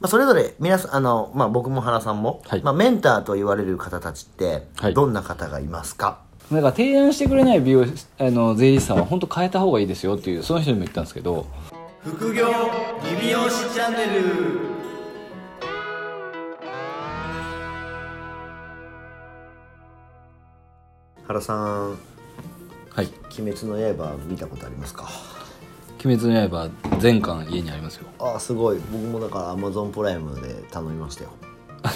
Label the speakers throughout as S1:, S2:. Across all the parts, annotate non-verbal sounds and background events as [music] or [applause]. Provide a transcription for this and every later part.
S1: まあ、それぞれ皆さんあの、まあ、僕も原さんも、
S2: はい
S1: まあ、メンターと言われる方たちって
S2: はい
S1: どんな方がいますか、
S2: なんか提案してくれない美容師あの税理士さんは本当変えた方がいいですよっていうその人にも言ったんですけど
S1: 副業リビオシチャンネル原さん
S2: はい
S1: 「鬼滅の刃」見たことありますか
S2: 「鬼滅の刃」全巻家にあり [laughs] ますよ
S1: ああすごい僕もだからアマゾンプライムで頼みましたよ
S2: あ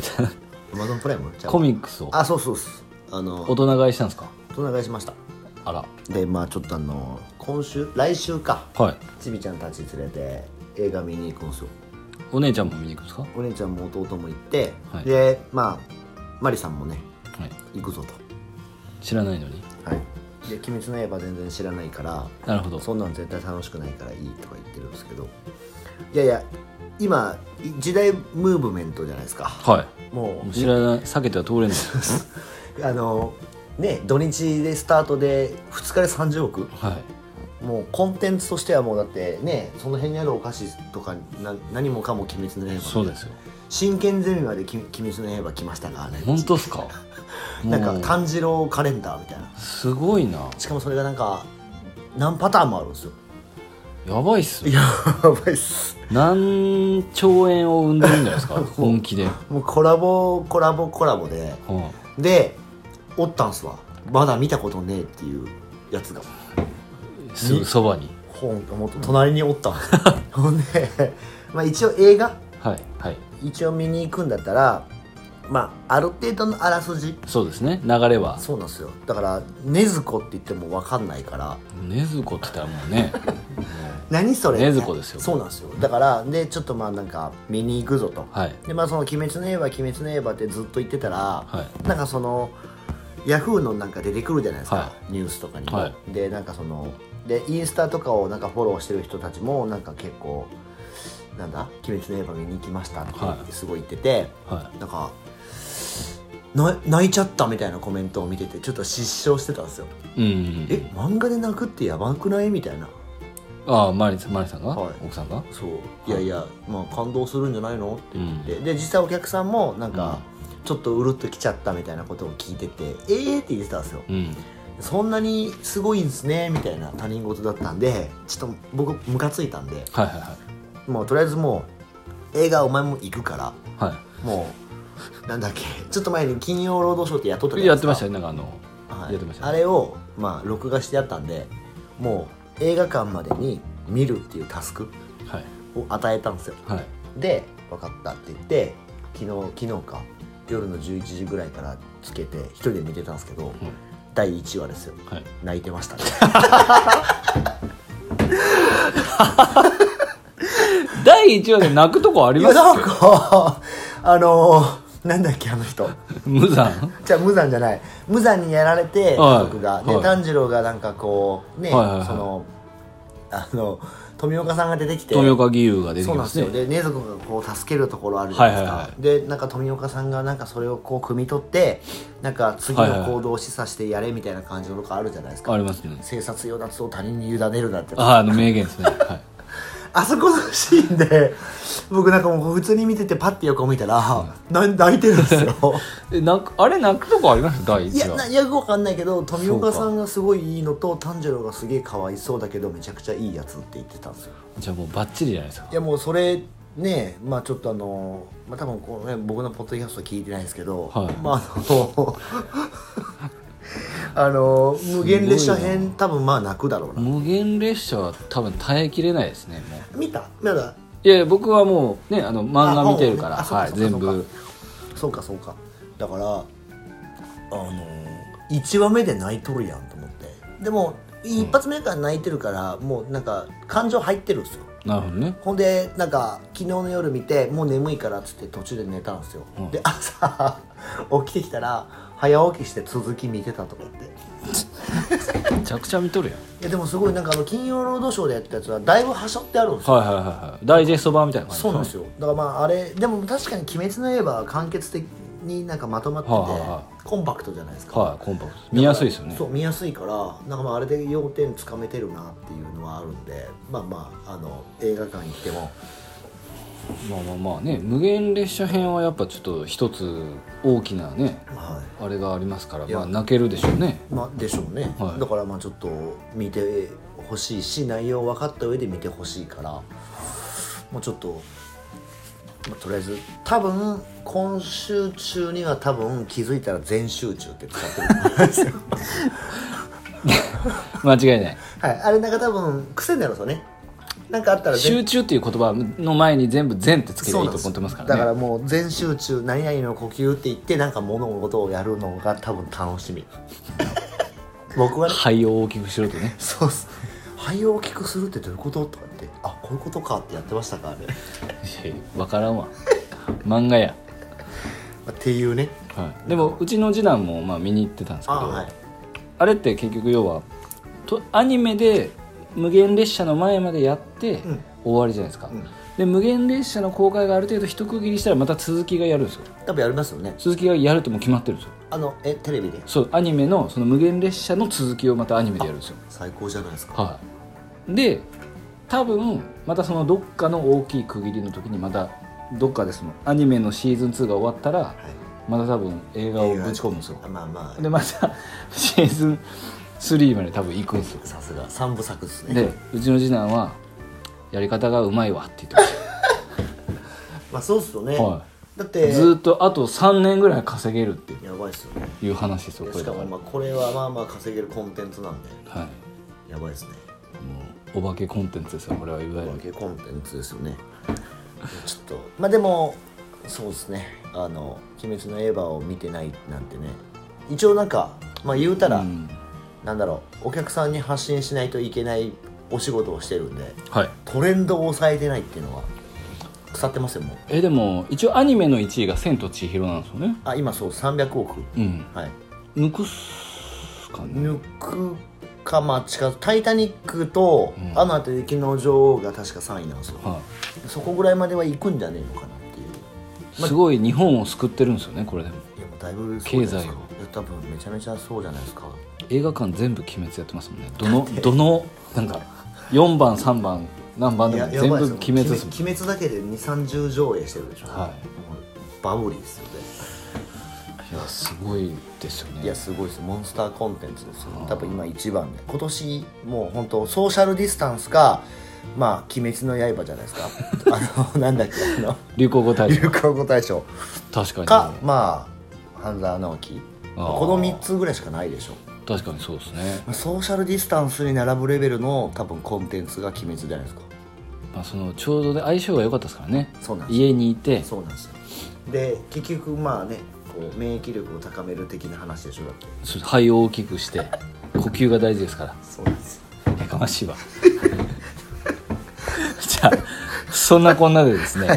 S1: アマゾンプライム
S2: コミックスを
S1: あそうそうっすあの
S2: 大人買いしたんですか
S1: お願いしました
S2: あら
S1: でまあちょっとあの今週来週か
S2: はい
S1: ちびちゃんたち連れて映画見に行くんですよ
S2: お姉ちゃんも見に行くんですかは
S1: お姉ちゃんも弟も行って、
S2: はい
S1: でまあマリさんもね
S2: い
S1: 行くぞと
S2: 知らないのに
S1: はいで「鬼滅の刃」全然知らないから
S2: なるほど
S1: そんなん絶対楽しくないからいいとか言ってるんですけどいやいや今時代ムーブメントじゃないですか
S2: は
S1: も
S2: いもう
S1: う
S2: 知らない避けては通れないです
S1: あのね土日でスタートで2日で30億
S2: はい
S1: もうコンテンツとしてはもうだってねその辺にあるお菓子とかな何もかも「鬼滅の刃」
S2: そうですよ
S1: 真剣ゼミまでき「鬼滅の刃」来ましたからね
S2: 本当っすか
S1: なんか
S2: もう
S1: 炭治郎カレンダーみたいな
S2: すごいな
S1: しかもそれがなんか何パターンもあるんですよ
S2: やばいっすよ
S1: やばいっす
S2: 何兆円を生んでるんじゃないです [laughs] か本気で、は
S1: もうコラボコラボコラボででおったんすわまだ見たことねえっていうやつが
S2: いすぐそばに
S1: 本もっと隣におったんすよ [laughs] ほんで、まあ、一応映画
S2: はいはい
S1: 一応見に行くんだったらまあある程度のあらすじ
S2: そうですね流れは
S1: そうなんですよだから禰豆子って言っても分かんないから
S2: 禰豆子って言ったらも
S1: [laughs]
S2: うね
S1: 何それ
S2: 禰豆子ですよ
S1: そうなんですよだからでちょっとまあなんか見に行くぞと
S2: はい
S1: でまあその「鬼滅の刃」「鬼滅の刃」ってずっと言ってたら、
S2: は
S1: なんかそのヤフーのなんか出てくるじゃないですか、
S2: は
S1: ニュースとかにも、
S2: は
S1: でなんかそのでインスタとかをなんかフォローしてる人たちもなんか結構なんだ「鬼滅の刃」見に行きましたって
S2: はい
S1: すごい言ってて、
S2: は
S1: なんかな泣いちゃったみたいなコメントを見ててちょっと失笑してたんですよ
S2: いうん
S1: え漫画で泣くってやばくないみたいな
S2: ああマリさんマリさんが、
S1: はい
S2: 奥さんが
S1: そういやいや、まあ、感動するんじゃないのって言って、
S2: う
S1: で実際お客さんもなんか、ちょっとうるっときちゃったみたいなことを聞いてて「えー!」って言ってたんですよ
S2: うん
S1: 「そんなにすごいんですね」みたいな他人事だったんでちょっと僕ムカついたんで
S2: はいはいは
S1: もうとりあえずもう映画お前も行くから
S2: いは
S1: もうなんだっけちょっと前に「金曜ロードショー」ってやっとったじ
S2: い
S1: ゃな
S2: や
S1: い
S2: っ
S1: で
S2: て
S1: すか
S2: ましたねなんかあの
S1: はい
S2: やってましたね
S1: あれをまあ録画してやったんでもう映画館までに見るっていうタスク
S2: はい
S1: を与えたんですよ
S2: はい
S1: で分かったって言って昨日昨日か夜の11時ぐらいからつけて一人で見てたんですけど、第1話ですよ
S2: はい
S1: 泣いてましたね
S2: [laughs] 第1話で泣くとこあり
S1: い
S2: ま
S1: や
S2: すよ
S1: なんかあのーなんだっけあの
S2: [laughs]
S1: 人
S2: 無惨
S1: じゃあ無惨じゃない無惨にやられて
S2: はい
S1: 僕が、で
S2: はい
S1: 炭治郎がなんかこうね、
S2: はいはいはい
S1: そのあの富岡さんが出てきて
S2: 富岡義勇が出て
S1: そう
S2: き
S1: なん
S2: ま
S1: です
S2: すね
S1: よで禰豆子がこう助けるところあるじゃないですか、
S2: はいはいは
S1: でなんか富岡さんがなんかそれをこう汲み取ってなんか次の行動を示唆してやれみたいな感じのとこあるじゃないですか、
S2: ありますね
S1: 生殺与奪を他人に委ねるなってあ
S2: ああの名言
S1: [laughs]
S2: ですね、は
S1: そこのシーンで僕なんかもう普通に見ててパッて横見たら、な泣いてるんです [laughs] よ
S2: い、え泣くあれ泣くとこあります第
S1: い
S2: 1
S1: や
S2: 話
S1: なよくわかんないけど富岡さんがすごいいいのと炭治郎がすげえかわいそうだけどめちゃくちゃいいやつって言ってたんですよ
S2: じゃあもうバッチリじゃないですか
S1: いやもうそれねまあちょっとあの、まあ、多分この、ね、僕のポッドキャスト聞いてないですけど、
S2: はい
S1: まああの [laughs] あの無限列車編多分まあ泣くだろうな、
S2: 無限列車は多分耐えきれないですねもう
S1: 見たまだ
S2: いやいや僕はもうねあの漫画見てるから、
S1: あ本
S2: はい、
S1: あそうか
S2: 全部
S1: そうかそうかだからあの1話目で泣いとるやんと思ってでも一発目から泣いてるから、もうなんか感情入ってるんですよ
S2: なるほどね
S1: ほんでなんか昨日の夜見てもう眠いからっつって途中で寝たんですよ、
S2: うん
S1: で朝 [laughs] 起きてきたら早起きして続き見てたとか言って
S2: めちゃくちゃ見とるやん
S1: いやでもすごいなんかあの金曜ロードショーでやったやつはだいぶはしょってあるんですよ、
S2: はいはいはいはいダイジェスト版みたいな感じ
S1: そうなんですよだからまああれでも確かに「鬼滅の刃」は完結的になんかまとまってて、
S2: はいはいは
S1: コンパクトじゃないですか、
S2: はいコンパクト見やすいですよね
S1: そう見やすいからなんかまああれで要点つかめてるなっていうのはあるんでまあまああの映画館行っても
S2: まあまあまあね無限列車編はやっぱちょっと一つ大きなね
S1: は
S2: あれがありますから
S1: いや
S2: まあ泣けるでしょうね
S1: いまあでしょうね、
S2: はい
S1: だからまあちょっと見てほしいし内容分かった上で見てほしいからもうちょっと、まあ、とりあえず多分今週中には多分気づいたら全集中って使ってると
S2: [laughs]
S1: 思いますよ
S2: 間違いない
S1: はいあれなんか多分癖になるんですよねなんかあったら全
S2: 集中っていう言葉の前に全部「全」ってつけて
S1: そ
S2: いうい
S1: なん
S2: と
S1: です
S2: 思ってますか
S1: だからら
S2: ね
S1: もう全集中何々の呼吸って言ってなんか物事をやるのが多分楽し
S2: [laughs]
S1: み僕はね
S2: 肺を大きくしろ
S1: [laughs]
S2: とね
S1: そうっす肺を大きくするってどういうこととか言ってあこういうことかってやってましたかあれ、
S2: 分からんわ漫画や、
S1: っていうね
S2: はい、でもうちの次男もまあ見に行ってたんですけど
S1: あ
S2: あ,、
S1: はい
S2: れって結局要はとアニメで無限列車の前までやって
S1: うん
S2: 終わりじゃないですか、
S1: うん
S2: で無限列車の公開がある程度一区切りしたらまた続きがやるんですよ
S1: 多分やりますよね
S2: 続きがやるってもう決まってるんですよ
S1: あのえテレビで
S2: そうアニメのその無限列車の続きをまたアニメでやるんですよ
S1: 最高じゃないですか
S2: はい、で多分またそのどっかの大きい区切りの時にまたどっかでそのアニメのシーズン2が終わったら
S1: はい
S2: また多分映画をぶち込むんですよ
S1: あまあま
S2: でまたシーズン3まで多分行くんですよ
S1: あさすが三部作ですね
S2: でうちの次男は「やり方がうまいわ」って言ってまし
S1: まあそうっすよね、
S2: は
S1: だったて
S2: ずーっとあと3年ぐらい稼げるって
S1: やばいっすよね
S2: いう話ですよ
S1: で
S2: これ
S1: し
S2: だ
S1: か
S2: か
S1: もまあこれはまあまあ稼げるコンテンツなんで
S2: らはい
S1: やばいですね
S2: もうお化けコンテンツですよこれはいわゆ
S1: お
S2: る
S1: まけコンテンツですよねちょっとまあでもそうですねあの「鬼滅の刃」を見てないなんてね一応なんかまあ言うたら、
S2: うん
S1: なんだろうお客さんに発信しないといけないお仕事をしてるんで
S2: はい
S1: トレンドを抑えてないっていうのは腐ってますよもう
S2: えでも一応アニメの1位が「千と千尋」なんですよね
S1: あ今そう300億
S2: うん
S1: はい
S2: 抜くっすかね
S1: 抜くかまあ近く「タイタニック」と「アナと雪の女王」が確か3位なんですよ
S2: は
S1: そこぐらいまでは行くんじゃねえのかなっていう
S2: い、すごい日本を救ってるんですよねこれでも
S1: いやもうだいぶ
S2: 経済を
S1: を多分めちゃめちゃそうじゃないですか
S2: 映画館全部鬼滅やってますもんねどのどのなんか4番3番何番
S1: い
S2: でも
S1: や
S2: 全部
S1: ばい
S2: 鬼
S1: ですよ
S2: 滅ですもん
S1: 鬼滅だけで2三3 0上映してるでしょ
S2: はい
S1: もうバブリーですよね
S2: いやすごいですよ
S1: い
S2: ね
S1: やすごいですモンスターコンテンツですよ多分今一番で今年もう本当ソーシャルディスタンスかまあ「鬼滅の刃」じゃないで
S2: [laughs]
S1: すかあのなんだっけあの
S2: 流行語大賞
S1: 流行語大賞
S2: 確か
S1: かまあ半沢直樹
S2: あー
S1: この3つぐらいしかないでしょ
S2: に確かにそうですね、
S1: まあソーシャルディスタンスに並ぶレベルの多分コンテンツが鬼滅じゃないですか
S2: まあ、そのちょうどで相性が良かったですからね
S1: そうなんです
S2: 家にいて
S1: そうなんですよで結局まあねこう免疫力を高める的な話でしょだって
S2: そう肺を大きくして呼吸が大事ですから
S1: そうなんです
S2: やかまし
S1: [laughs]
S2: いわじゃあそんなこんなでですね、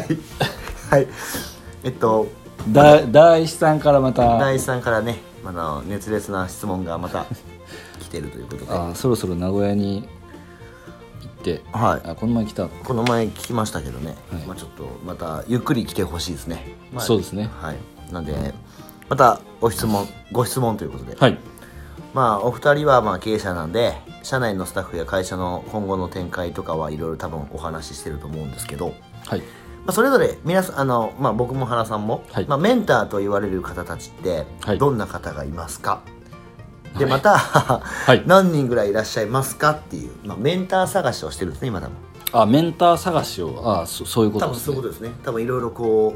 S1: はいえっと
S2: だ大師さんからまた
S1: 大地さんからねまだ熱烈な質問がまた来てるということで
S2: あそろそろ名古屋に行って、
S1: はい
S2: あこの前来た、
S1: この前聞きましたけどね、
S2: はい
S1: まあちょっとまたゆっくり来てほしいですね、まあ
S2: そうですね
S1: はいなんでまたお質問ご質問ということで、
S2: はい
S1: まあお二人はまあ経営者なんで社内のスタッフや会社の今後の展開とかはいろいろ多分お話ししてると思うんですけど
S2: はい
S1: まあ、それぞれ皆さんあの、まあ、僕も原さんも、
S2: はい
S1: まあ、メンターと言われる方たちって
S2: はい
S1: どんな方がいますか、でま
S2: [laughs]
S1: た、
S2: い
S1: 何人ぐらいいらっしゃいますかっていう、まあ、メンター探しをしてるんですね今多分
S2: あメンター探しをあそそういうこ
S1: 多
S2: とで
S1: 分
S2: す
S1: そうい
S2: ね
S1: うことですね多分いろいろこ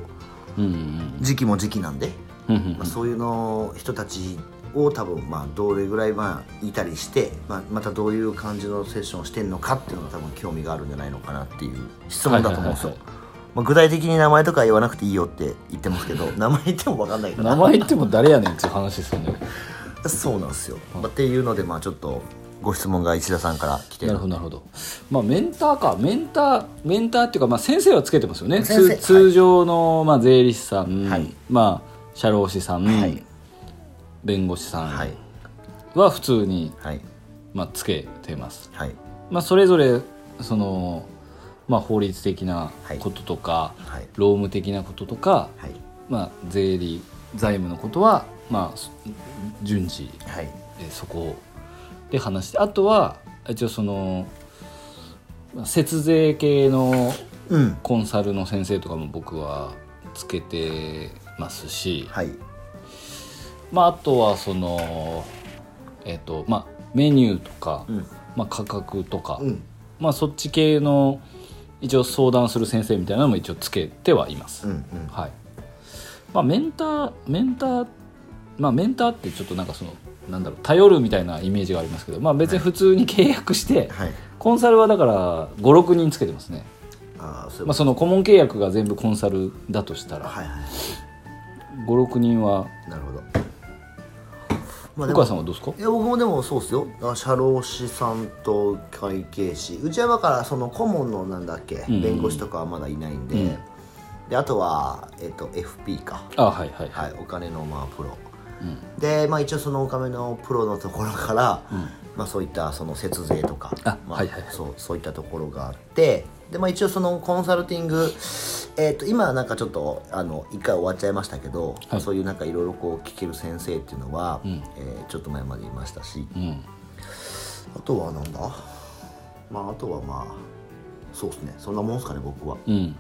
S2: うんうん
S1: う時期も時期なんで、
S2: うんうん
S1: まあ、そういうの人たちを多分まあどれぐらいまあいたりして、まあ、またどういう感じのセッションをしてるのかっていうのが多分興味があるんじゃないのかなっていう質問だと思うんですよ、
S2: はいはい
S1: まあ、具体的に名前とか言わなくていいよって言ってますけど名前言っても分かんないか
S2: 名前言っても誰やねんっていう話ですよね
S1: らそうなんですよ、まあ、っていうのでまあちょっとご質問が石田さんから来て
S2: なるほどなるほどまあメンターかメンターメンターっていうか、まあ、先生はつけてますよね
S1: 先生
S2: 通通常の、まあ、税理士さん、
S1: はい
S2: まあ社労士さん、
S1: はい
S2: 弁護士さ
S1: はい
S2: んは普通に、
S1: はい
S2: まあ、つけてます
S1: はい
S2: まあ、それぞれその、まあ、法律的なこととか、
S1: はい
S2: 労務的なこととか、
S1: はい
S2: まあ、税理財務のことは、まあ、そ順次
S1: はい
S2: えーそこで話してあとは一応そのまあ節税系の
S1: うん
S2: コンサルの先生とかも僕はつけてますし、
S1: はい
S2: まあ、あとはそのえっ、とまあメニューとか、
S1: うん
S2: まあ、価格とか、
S1: うん
S2: まあ、そっち系の一応相談する先生みたいなのも一応つけてはいます、
S1: うんうん
S2: はいまあメンターメンターまあメンターってちょっとなんかそのなんだろう頼るみたいなイメージがありますけどまあ別に普通に契約して
S1: はい
S2: コンサルはだから56人つけてますね、
S1: ああそういうこ
S2: まあ、
S1: と
S2: その顧問契約が全部コンサルだとしたら
S1: はいは
S2: 56人はい
S1: なるほどまあで
S2: お母
S1: も
S2: さんはどうですか
S1: いや僕もでもそうっすよあ社労士さんと会計士うちはだからその顧問のなんだっけ、
S2: んうん
S1: 弁護士とかはまだいないんで、
S2: うん
S1: であとは、えっと FP か
S2: あはいはいはい、
S1: はい、お金のまあプロ、
S2: うん
S1: で、まあ、一応そのお金のプロのところから、
S2: うん
S1: まあ、そういったその節税とか
S2: あ
S1: ま
S2: はいはいはい
S1: そうそういったところがあってで、まあ、一応そのコンサルティング、えー、と今はなんかちょっとあの一回終わっちゃいましたけど、
S2: はい
S1: そういうなんかいろいろこう聞ける先生っていうのは、
S2: ん
S1: えーちょっと前までいましたし
S2: うん
S1: あとはなんだまああとはまあそうですねそんなもんすかね僕は
S2: うん、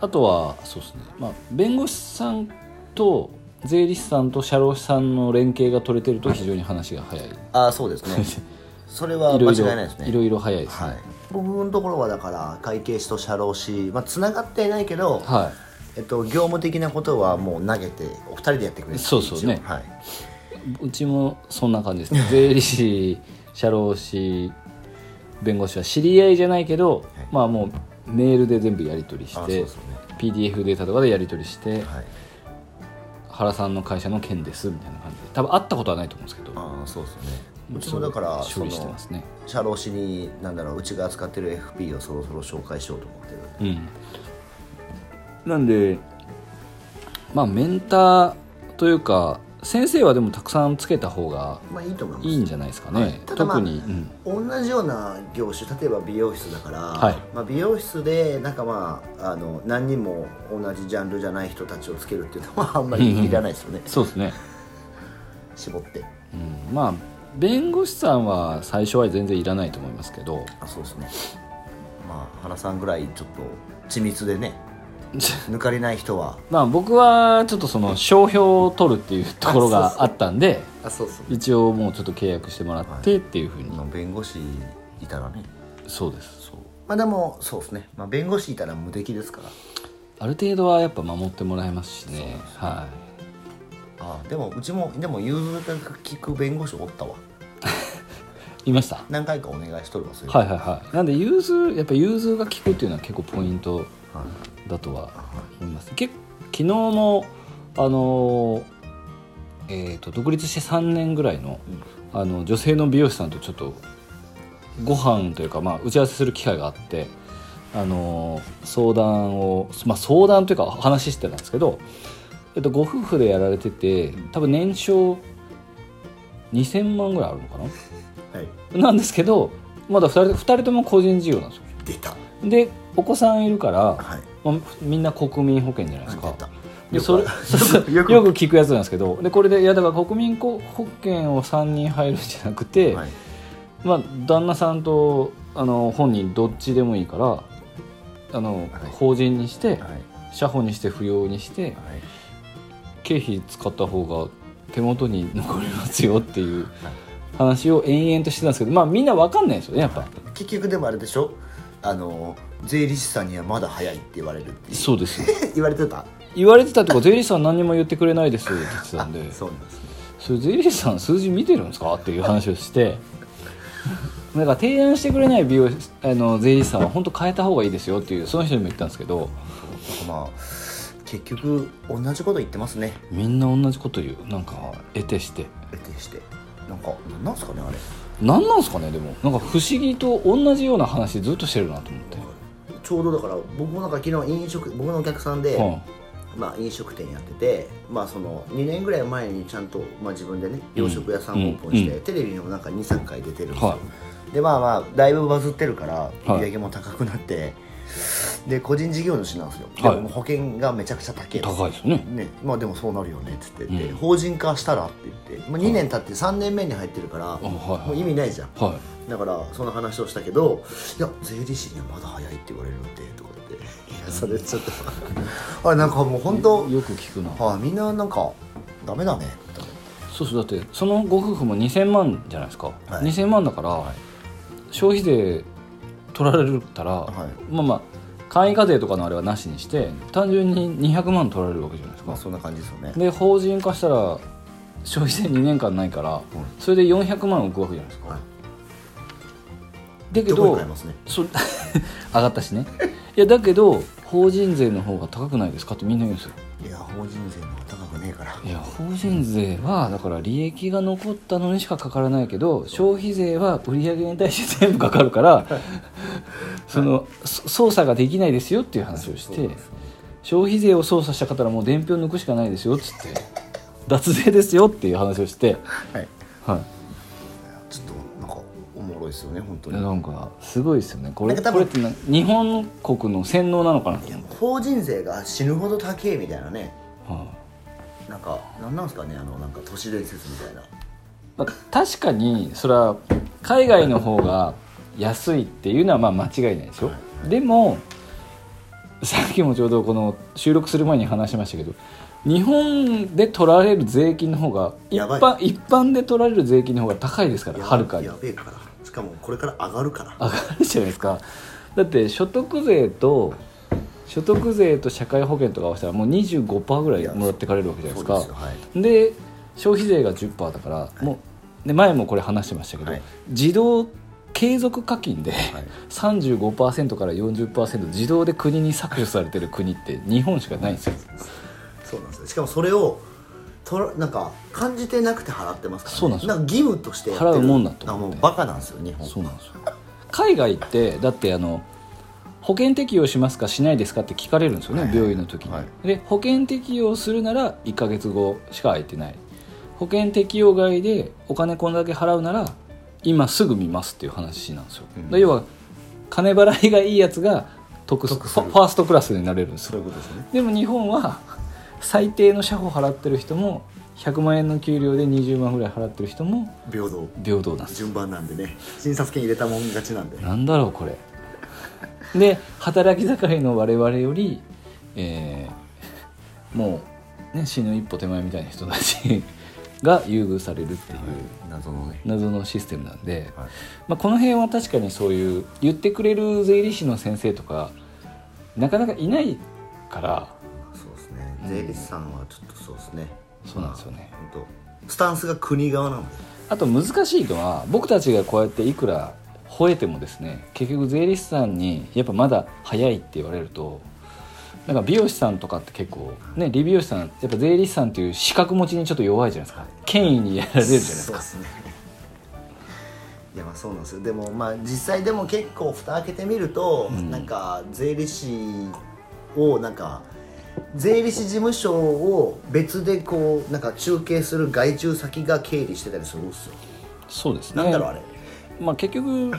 S2: あとはそうですね、まあ、弁護士さんと税理士さんと社労士さんの連携が取れてると非常に話が早い、
S1: ああそうです
S2: [laughs]
S1: ねそれはい
S2: ろ
S1: 間違
S2: い
S1: い
S2: ろ
S1: ないですね
S2: いろいろ早いですね
S1: はい、僕のところはだから会計士と社労士まあつながってはいないけど、
S2: はい、
S1: えっと、業務的なことはもう投げてお二人でやってくれる
S2: そうそうね
S1: 一応はいう
S2: ちもそんな感じ
S1: [laughs]
S2: ですね税理士社労士弁護士は知り合いじゃないけど、
S1: い
S2: まあもうメールで全部やり取りし
S1: あそう
S2: て、
S1: ですよね
S2: PDF データとかでやり取りして、
S1: はい
S2: 原さんの会社の件ですみたいな感じで多分会ったことはないと思うんですけど
S1: ああそうですねうちもだから
S2: 処
S1: そ
S2: 理してま
S1: の
S2: すね
S1: 社労士になんだろううちが扱ってる FP をそろそろ紹介しようと思ってるんで
S2: うん、なんでまあメンターというか先生はでもたくさんつけた方が
S1: まあいいと思います
S2: いいんじゃないですかね、
S1: はいただまあ
S2: 特に、うん
S1: 同じような業種例えば美容室だから、
S2: はい
S1: まあ、美容室でなんかまああの何人も同じジャンルじゃない人たちをつけるっていうのはあんまりいらないですよね、
S2: そうですね、
S1: 絞って
S2: うん、まあ弁護士さんは最初は全然いらないと思いますけど [laughs]
S1: あそうですねまあ原さんぐらいちょっと緻密でね抜かりない人は
S2: まあ僕はちょっとその商標を取るっていうところがあったんで
S1: あそうそう
S2: 一応もうちょっと契約してもらってっていうふうに、
S1: 弁護士いたらね
S2: そうです
S1: そうまあでもそうですね、まあ、弁護士いたら無敵ですから
S2: ある程度はやっぱ守ってもらえますしねはい
S1: あでもうちもでも融通が利く弁護士おったわ
S2: いました
S1: 何回かお願いしとるわそれ
S2: はいはいはいなんで融通やっぱ融通が効くっていうのは結構ポイント
S1: はい
S2: だとは思いますけ昨日のあのーえーと独立して3年ぐらいの,、あの女性の美容師さんとちょっとご飯というか、まあ、打ち合わせする機会があって、あのー相談を、まあ、相談というか話してたんですけど、えっと、ご夫婦でやられてて多分年商2000万ぐらいあるのかな
S1: はい、
S2: なんですけどまだ 2, 人二人とも個人事業なんですよ
S1: 出た
S2: でお子さんいるから、
S1: はい
S2: まあ、みんな国民保険じゃないです
S1: 出
S2: か
S1: た
S2: でそれ
S1: [laughs]
S2: そうそうよ
S1: よ
S2: く
S1: く
S2: 聞くやつなんですけどでこれでいやだから国民保険を3人入るんじゃなくて、
S1: はい、
S2: まあ、旦那さんとあの本人どっちでもいいからあの、
S1: はい
S2: 法人にして
S1: はい
S2: 社保にして扶養にして
S1: はい
S2: 経費使った方が手元に残りますよっていう話を延々としてたんですけどまあみんなわかんないですよねやっぱ。
S1: 結局でもあれでしょあの税理士さんにはまだ早いって言われるっていう
S2: そうですよ
S1: [laughs] 言われてた
S2: 言われてたってことか税理士さん何にも言ってくれないですって言ってたんで
S1: そうなんですね
S2: それ税理士さん数字見てるんですかっていう話をしてなんか提案してくれない美容師あの税理士さんは本当変えた方がいいですよっていうその人にも言ったんですけ
S1: なん
S2: ど
S1: かまあ結局同じこと言ってますね
S2: みんな同じこと言うなんか得てして
S1: 得てしてなんかなんなんすかねあれ
S2: 何なんですかねでもなんか不思議と同じような話ずっとしてるなと思って、
S1: ちょうどだから僕もなんか昨日飲食僕のお客さんで、
S2: は
S1: まあ、飲食店やってて、まあ、その2年ぐらい前にちゃんと、まあ、自分でね洋食屋さんをオープンして、
S2: うんう
S1: テレビにもなんか23回出てるんですよ、
S2: は
S1: でまあまあだいぶバズってるから
S2: はい
S1: 売り上げも高くなって、で個人事業主なんですよ、
S2: はい
S1: でも保険がめちゃくちゃ高い
S2: い、高いですよね
S1: ねまあ、でもそうなるよねっつってて、
S2: うん
S1: 法人化したらって言って、まあ、2年経って3年目に入ってるから、
S2: あはい
S1: も
S2: は
S1: う
S2: い
S1: 意味ないじゃん
S2: は
S1: だからその話をしたけど「いや税理士にはまだ早いって言われるので」とか言や [laughs] それちょっとあれなんかもう本当
S2: よく聞くな
S1: あみんななんかダメだね
S2: そうそうだってそのご夫婦も2000万じゃないですか、
S1: はい
S2: 2000万だから、消費税取られたら、
S1: い
S2: まあまあ簡易課税とかのあれはなしにして単純に200万取られるわけじゃないですか、
S1: まあそんな感じですよね
S2: で法人化したら消費税2年間ないから、それで400万浮くわけじゃないですか、
S1: はい
S2: だけ
S1: どこ
S2: ど
S1: に買いますね
S2: そ [laughs] 上がったしねいやだけど法人税の方が高くないですかってみんな言うんですよ
S1: いや法人税の方が高くねえから
S2: いや法人税はだから利益が残ったのにしかかからないけど消費税は売上に対して全部かか
S1: [laughs]
S2: るからそのそ操作ができないですよっていう話をして消費税を操作した方はもう伝票抜くしかないですよっつって脱税ですよっていう話をして、
S1: はい
S2: は
S1: ちょっとなんかおもろいですよね本当
S2: い、
S1: に
S2: なんかすごいですよねこれ
S1: なんか多
S2: これ
S1: 分
S2: ってな日本国の洗脳なのかな、はいい
S1: やもう法人税が死ぬほど高えみたいなねなんかなんなんですかねあのなんか都市伝説みたいな
S2: まあ、確かにそれは海外の方が安いっていうのはまあ間違いないでしょ、
S1: はいは
S2: でもさっきもちょうどこの収録する前に話しましたけど日本で取られる税金の方が一
S1: やばい
S2: 般一般で取られる税金の方が高いですからはるかに
S1: やべえからしかもこれから上がるから
S2: 上がるじゃないですかだって所得税と所得税と社会保険とか合わせたらもう25%ぐらいもらってかれるわけじゃないですか
S1: そうですよはい
S2: で消費税が10%だから、もうで前もこれ話してましたけど、
S1: はい
S2: 自動継続課金で、
S1: い
S2: 35%から40%自動で国に削除されてる国って日本しかないんですよ、
S1: そうなんですよしかもそれをとらなんか感じてなくて払ってますから、ね、
S2: そうなんですよ
S1: か義務としてやってる
S2: 払うもんだと思って
S1: あもうバカなんですよ日本
S2: そうなんですよ海外ってだってあの保険適用しますかしないですかって聞かれるんですよね、
S1: はいはい
S2: 病院の時に、
S1: はい
S2: で保険適用するなら1ヶ月後しか空いてない保険適用外でお金こんだけ払うなら今すぐ見ますっていう話なんですよ、
S1: うん
S2: で要は金払いがいいやつが得す
S1: 得す
S2: フ
S1: る
S2: ァファーストクラスになれるんです
S1: そう
S2: よ
S1: いうことですね
S2: でも日本は最低の社保払ってる人も100万円の給料で20万ぐらい払ってる人も
S1: 平等
S2: 平等なんですよ
S1: 順番なんでね診察券入れたもん勝ちなんで
S2: なんだろうこれで働き盛りの我々より、えーもう、ね、死ぬ一歩手前みたいな人たちが優遇されるっていう
S1: 謎のね、
S2: 謎のシステムなんで、
S1: はい
S2: まあ、この辺は確かにそういう言ってくれる税理士の先生とかなかなかいないから
S1: そうですね税理士さんはちょっとそうですね
S2: そうなんですよね
S1: 本当スタンスが国側なんで
S2: あと難しいのは僕たちがこうやっていくら吠えてもですね結局税理士さんにやっぱまだ早いって言われるとなんか美容師さんとかって結構ね理美容師さんやっぱ税理士さんっていう資格持ちにちょっと弱いじゃないですか権威にやられるじゃないですか
S1: そうですねいやまあそうなんですよでもまあ実際でも結構蓋開けてみると、
S2: ん
S1: なんか税理士をなんか税理士事務所を別でこうなんか中継する外注先が経理してたりするんですよ、
S2: そうですね
S1: なんだろうあれ
S2: まあ結局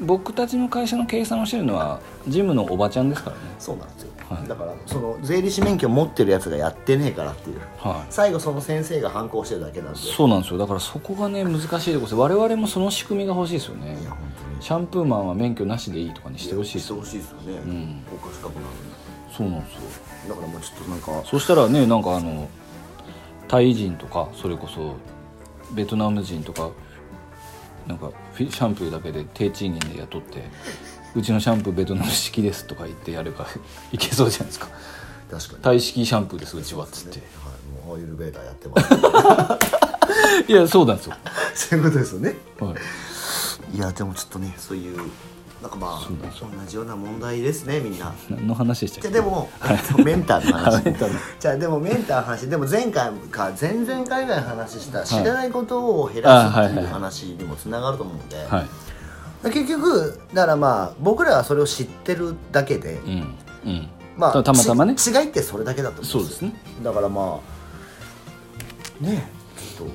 S2: 僕たちの会社の計算をしてるのはジムのおばちゃんですからね
S1: そうなんですよ、
S2: はい
S1: だからその税理士免許持ってるやつがやってねえからっていう
S2: はい
S1: 最後その先生が反抗してるだけなんで
S2: そうなんですよだからそこがね難しいところです我々もその仕組みが欲しいですよね
S1: いや本当に
S2: シャンプーマンは免許なしでいいとかにしてほしいです
S1: してほしいですよね、
S2: ん
S1: 国家資格なのに
S2: そうなんですよ
S1: だからもうちょっとなんか
S2: そしたらねなんかあのタイ人とかそれこそベトナム人とかなんかフィシャンプーだけで低賃金で雇って「うちのシャンプーベトナム式です」とか言ってやれば [laughs] いけそうじゃないですか
S1: 確かに
S2: 「タイ式シャンプーですうちは」っつ
S1: [laughs]
S2: って
S1: ねはい、もうアーユルベーダーやってま
S2: いやそうなんですよ、
S1: す [laughs] そういうことですよね
S2: はい、
S1: いやでもちょっとねそういうなんかまあ同じような問題ですねみん [laughs] な
S2: 何の話でし
S1: じ
S2: た
S1: ゃ
S2: っ
S1: あ
S2: け
S1: でも、えっとメンターの話
S2: メンターの
S1: じゃあでもメンターの話でも前回か前々回ぐらいの話した知らないことを減らすっていう話にもつながると思うんで、
S2: はい
S1: 結局だからまあ僕らはそれを知ってるだけで、
S2: うんうん
S1: まあ
S2: たたまたまね
S1: ち違いってそれだけだと思うんよ
S2: そうですね
S1: だからまあねえちょっと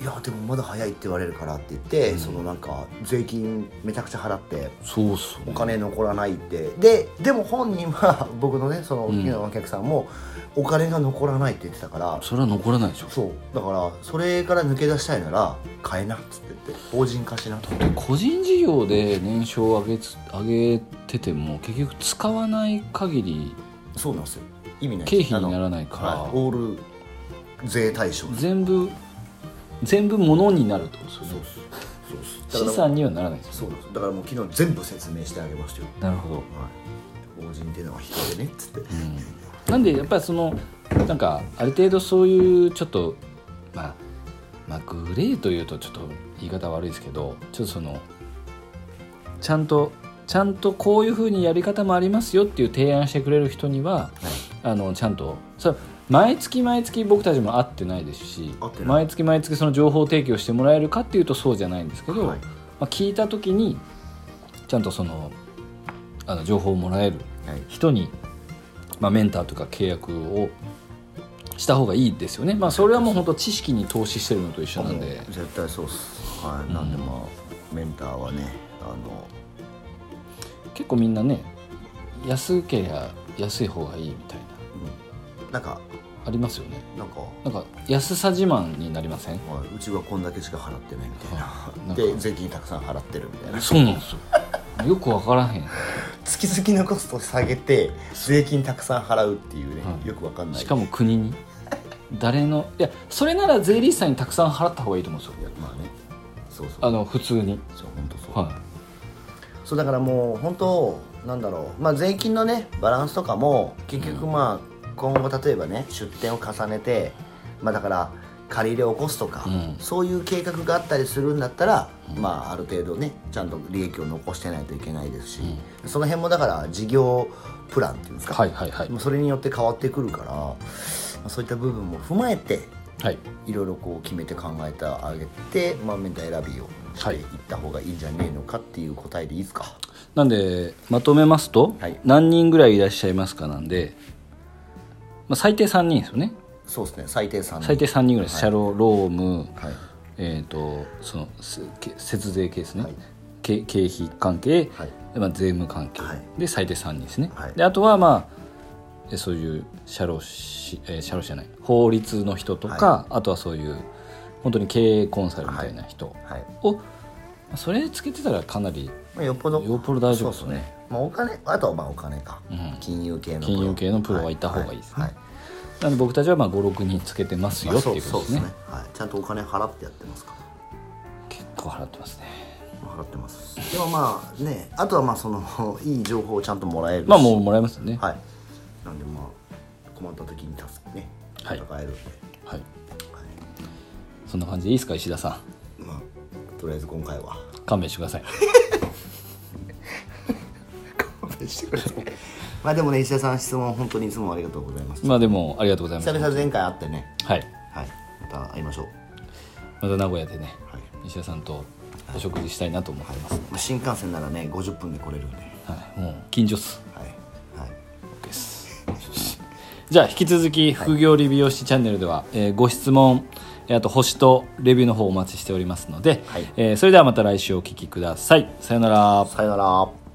S1: いやでもまだ早いって言われるからって言って、
S2: うん
S1: そのなんか税金めちゃくちゃ払って
S2: そうっすね
S1: お金残らないってででも本人は [laughs] 僕のねその
S2: う
S1: 昨
S2: ん
S1: 日のお客さんもお金が残らないって言ってたから、
S2: それは残らないでしょ
S1: そうだからそれから抜け出したいなら買えなっつって言って法人化しなって
S2: 個人事業で年商を上げつ上げてても結局使わない限り
S1: そうなんですよ意味ない
S2: 経費にな
S1: あ
S2: らない
S1: の
S2: か
S1: はい
S2: ら
S1: オール税対象です
S2: 全部全部物になるってことですよね
S1: そうです
S2: 資
S1: だから
S2: 産にはならないですよ
S1: そうなんですよだからもう昨日全部説明してあげましたよ、
S2: なるほど
S1: はい、法人っていうのは人でねっつって、
S2: なんでやっぱりそのなんかある程度そういうちょっとまあまあグレーというとちょっと言い方悪いですけどちょっとそのちゃんとちゃんとこういうふうにやり方もありますよっていう提案してくれる人にはあのちゃんとそれ毎月毎月僕たちも会ってないですし
S1: 会ってない
S2: 毎月毎月その情報提供してもらえるかっていうとそうじゃないんですけど、
S1: はい
S2: まあ、聞いた時にちゃんとそのあの情報をもらえる
S1: はい
S2: 人に、まあ、メンターとか契約をした方がいいですよね、まあ、それはもう本当知識に投資してるのと一緒なんで
S1: もう絶対そうっすはい、なんでまあメンターはねあの
S2: 結構みんなね安けりゃ安い方がいいみたいな
S1: うんなんか
S2: ありますよね
S1: なんか、は
S2: なんか安さ自慢になりません
S1: いうちはこんだけしか払ってないみたい
S2: あ
S1: な
S2: [laughs] なんか
S1: で税金たくさん払ってるみたいな
S2: そうなんですよよく分からへん
S1: 月々のコストを下げて税金たくさん払うっていうね、
S2: はい
S1: よくわかんない
S2: しかも国に誰のいやそれなら税理士さんにたくさん払った方がいいと思うんです
S1: い
S2: よ
S1: やまあねそうそう
S2: あの普通に
S1: そう本当そう、
S2: は
S1: そうだからもう本当なんだろうまあ税金のねバランスとかも結局まあ今後例えばね出店を重ねてまあだから借り入れを起こすとか、
S2: うん
S1: そういう計画があったりするんだったら、まあある程度ねちゃんと利益を残してないといけないですし、その辺もだから事業プランっていうんです
S2: い
S1: か、
S2: はいはいはい
S1: もうそれによって変わってくるから、まあ、そういった部分も踏まえて
S2: はい
S1: いろいろこう決めて考えてあげて、まあ、メンター選びをしていった方がいいんじゃねえのかっていう答えでいいですか、
S2: なんでまとめますと、
S1: はい
S2: 何人ぐらいいらっしゃいますかなんで、まあ、最低3人ですよね
S1: そうですね最低3人
S2: 最低3人ぐらいです、シャロローム、
S1: はい
S2: えー、とそのすけ節税系ですね、
S1: はい
S2: け経費関係、
S1: はい
S2: まあ、税務関係、
S1: はい
S2: で最低3人ですね、
S1: はい
S2: であとはまあえそういう社労士、えー社労士じゃない法律の人とか、あとはそういう本当に経営コンサルみたいな人
S1: はい、
S2: を、まあそれつけてたらかなり
S1: まあ、よっぽど
S2: よっぽど大丈夫です
S1: そう
S2: ね
S1: っまあ、お金あとはまあお金か、
S2: ん
S1: 金融系のプロ
S2: 金融系のプロはいた方がいいですね、
S1: はいはい
S2: なので僕たちはまあ56人つけてますよっていうことです
S1: まあそうそうです
S2: ね
S1: ね、はい、ちゃんとお金払ってやってますから
S2: 結構払ってますね
S1: まあ払ってますでもまあねあとはまあその [laughs] いい情報をちゃんともらえるし
S2: まあもうもらえますよね
S1: はいなんでまあ困った時に助けね
S2: はい
S1: 戦えるんで、
S2: はい、
S1: は
S2: そんな感じでいいですか石田さん
S1: いまあとりあえず今回は [laughs]
S2: 勘弁してください [laughs]
S1: まあでもね石田さん質問本当にいつもありがとうございます
S2: まあでもありがとうございま
S1: 久
S2: し
S1: 々前回会ってね
S2: たはい
S1: はいまた会いましょう
S2: また名古屋でね
S1: はい
S2: 石田さんとお食事したいなと思ってます、
S1: まあ新幹線ならね50分で来れるんではい
S2: はい、もう近所っす
S1: はい
S2: OK ですじゃあ引き続き副業理美容師チャンネルでは、えーご質問えーあと星とレビューの方お待ちしておりますので、
S1: はい
S2: えーそれではまた来週お聞きくださいさよなら
S1: さよなら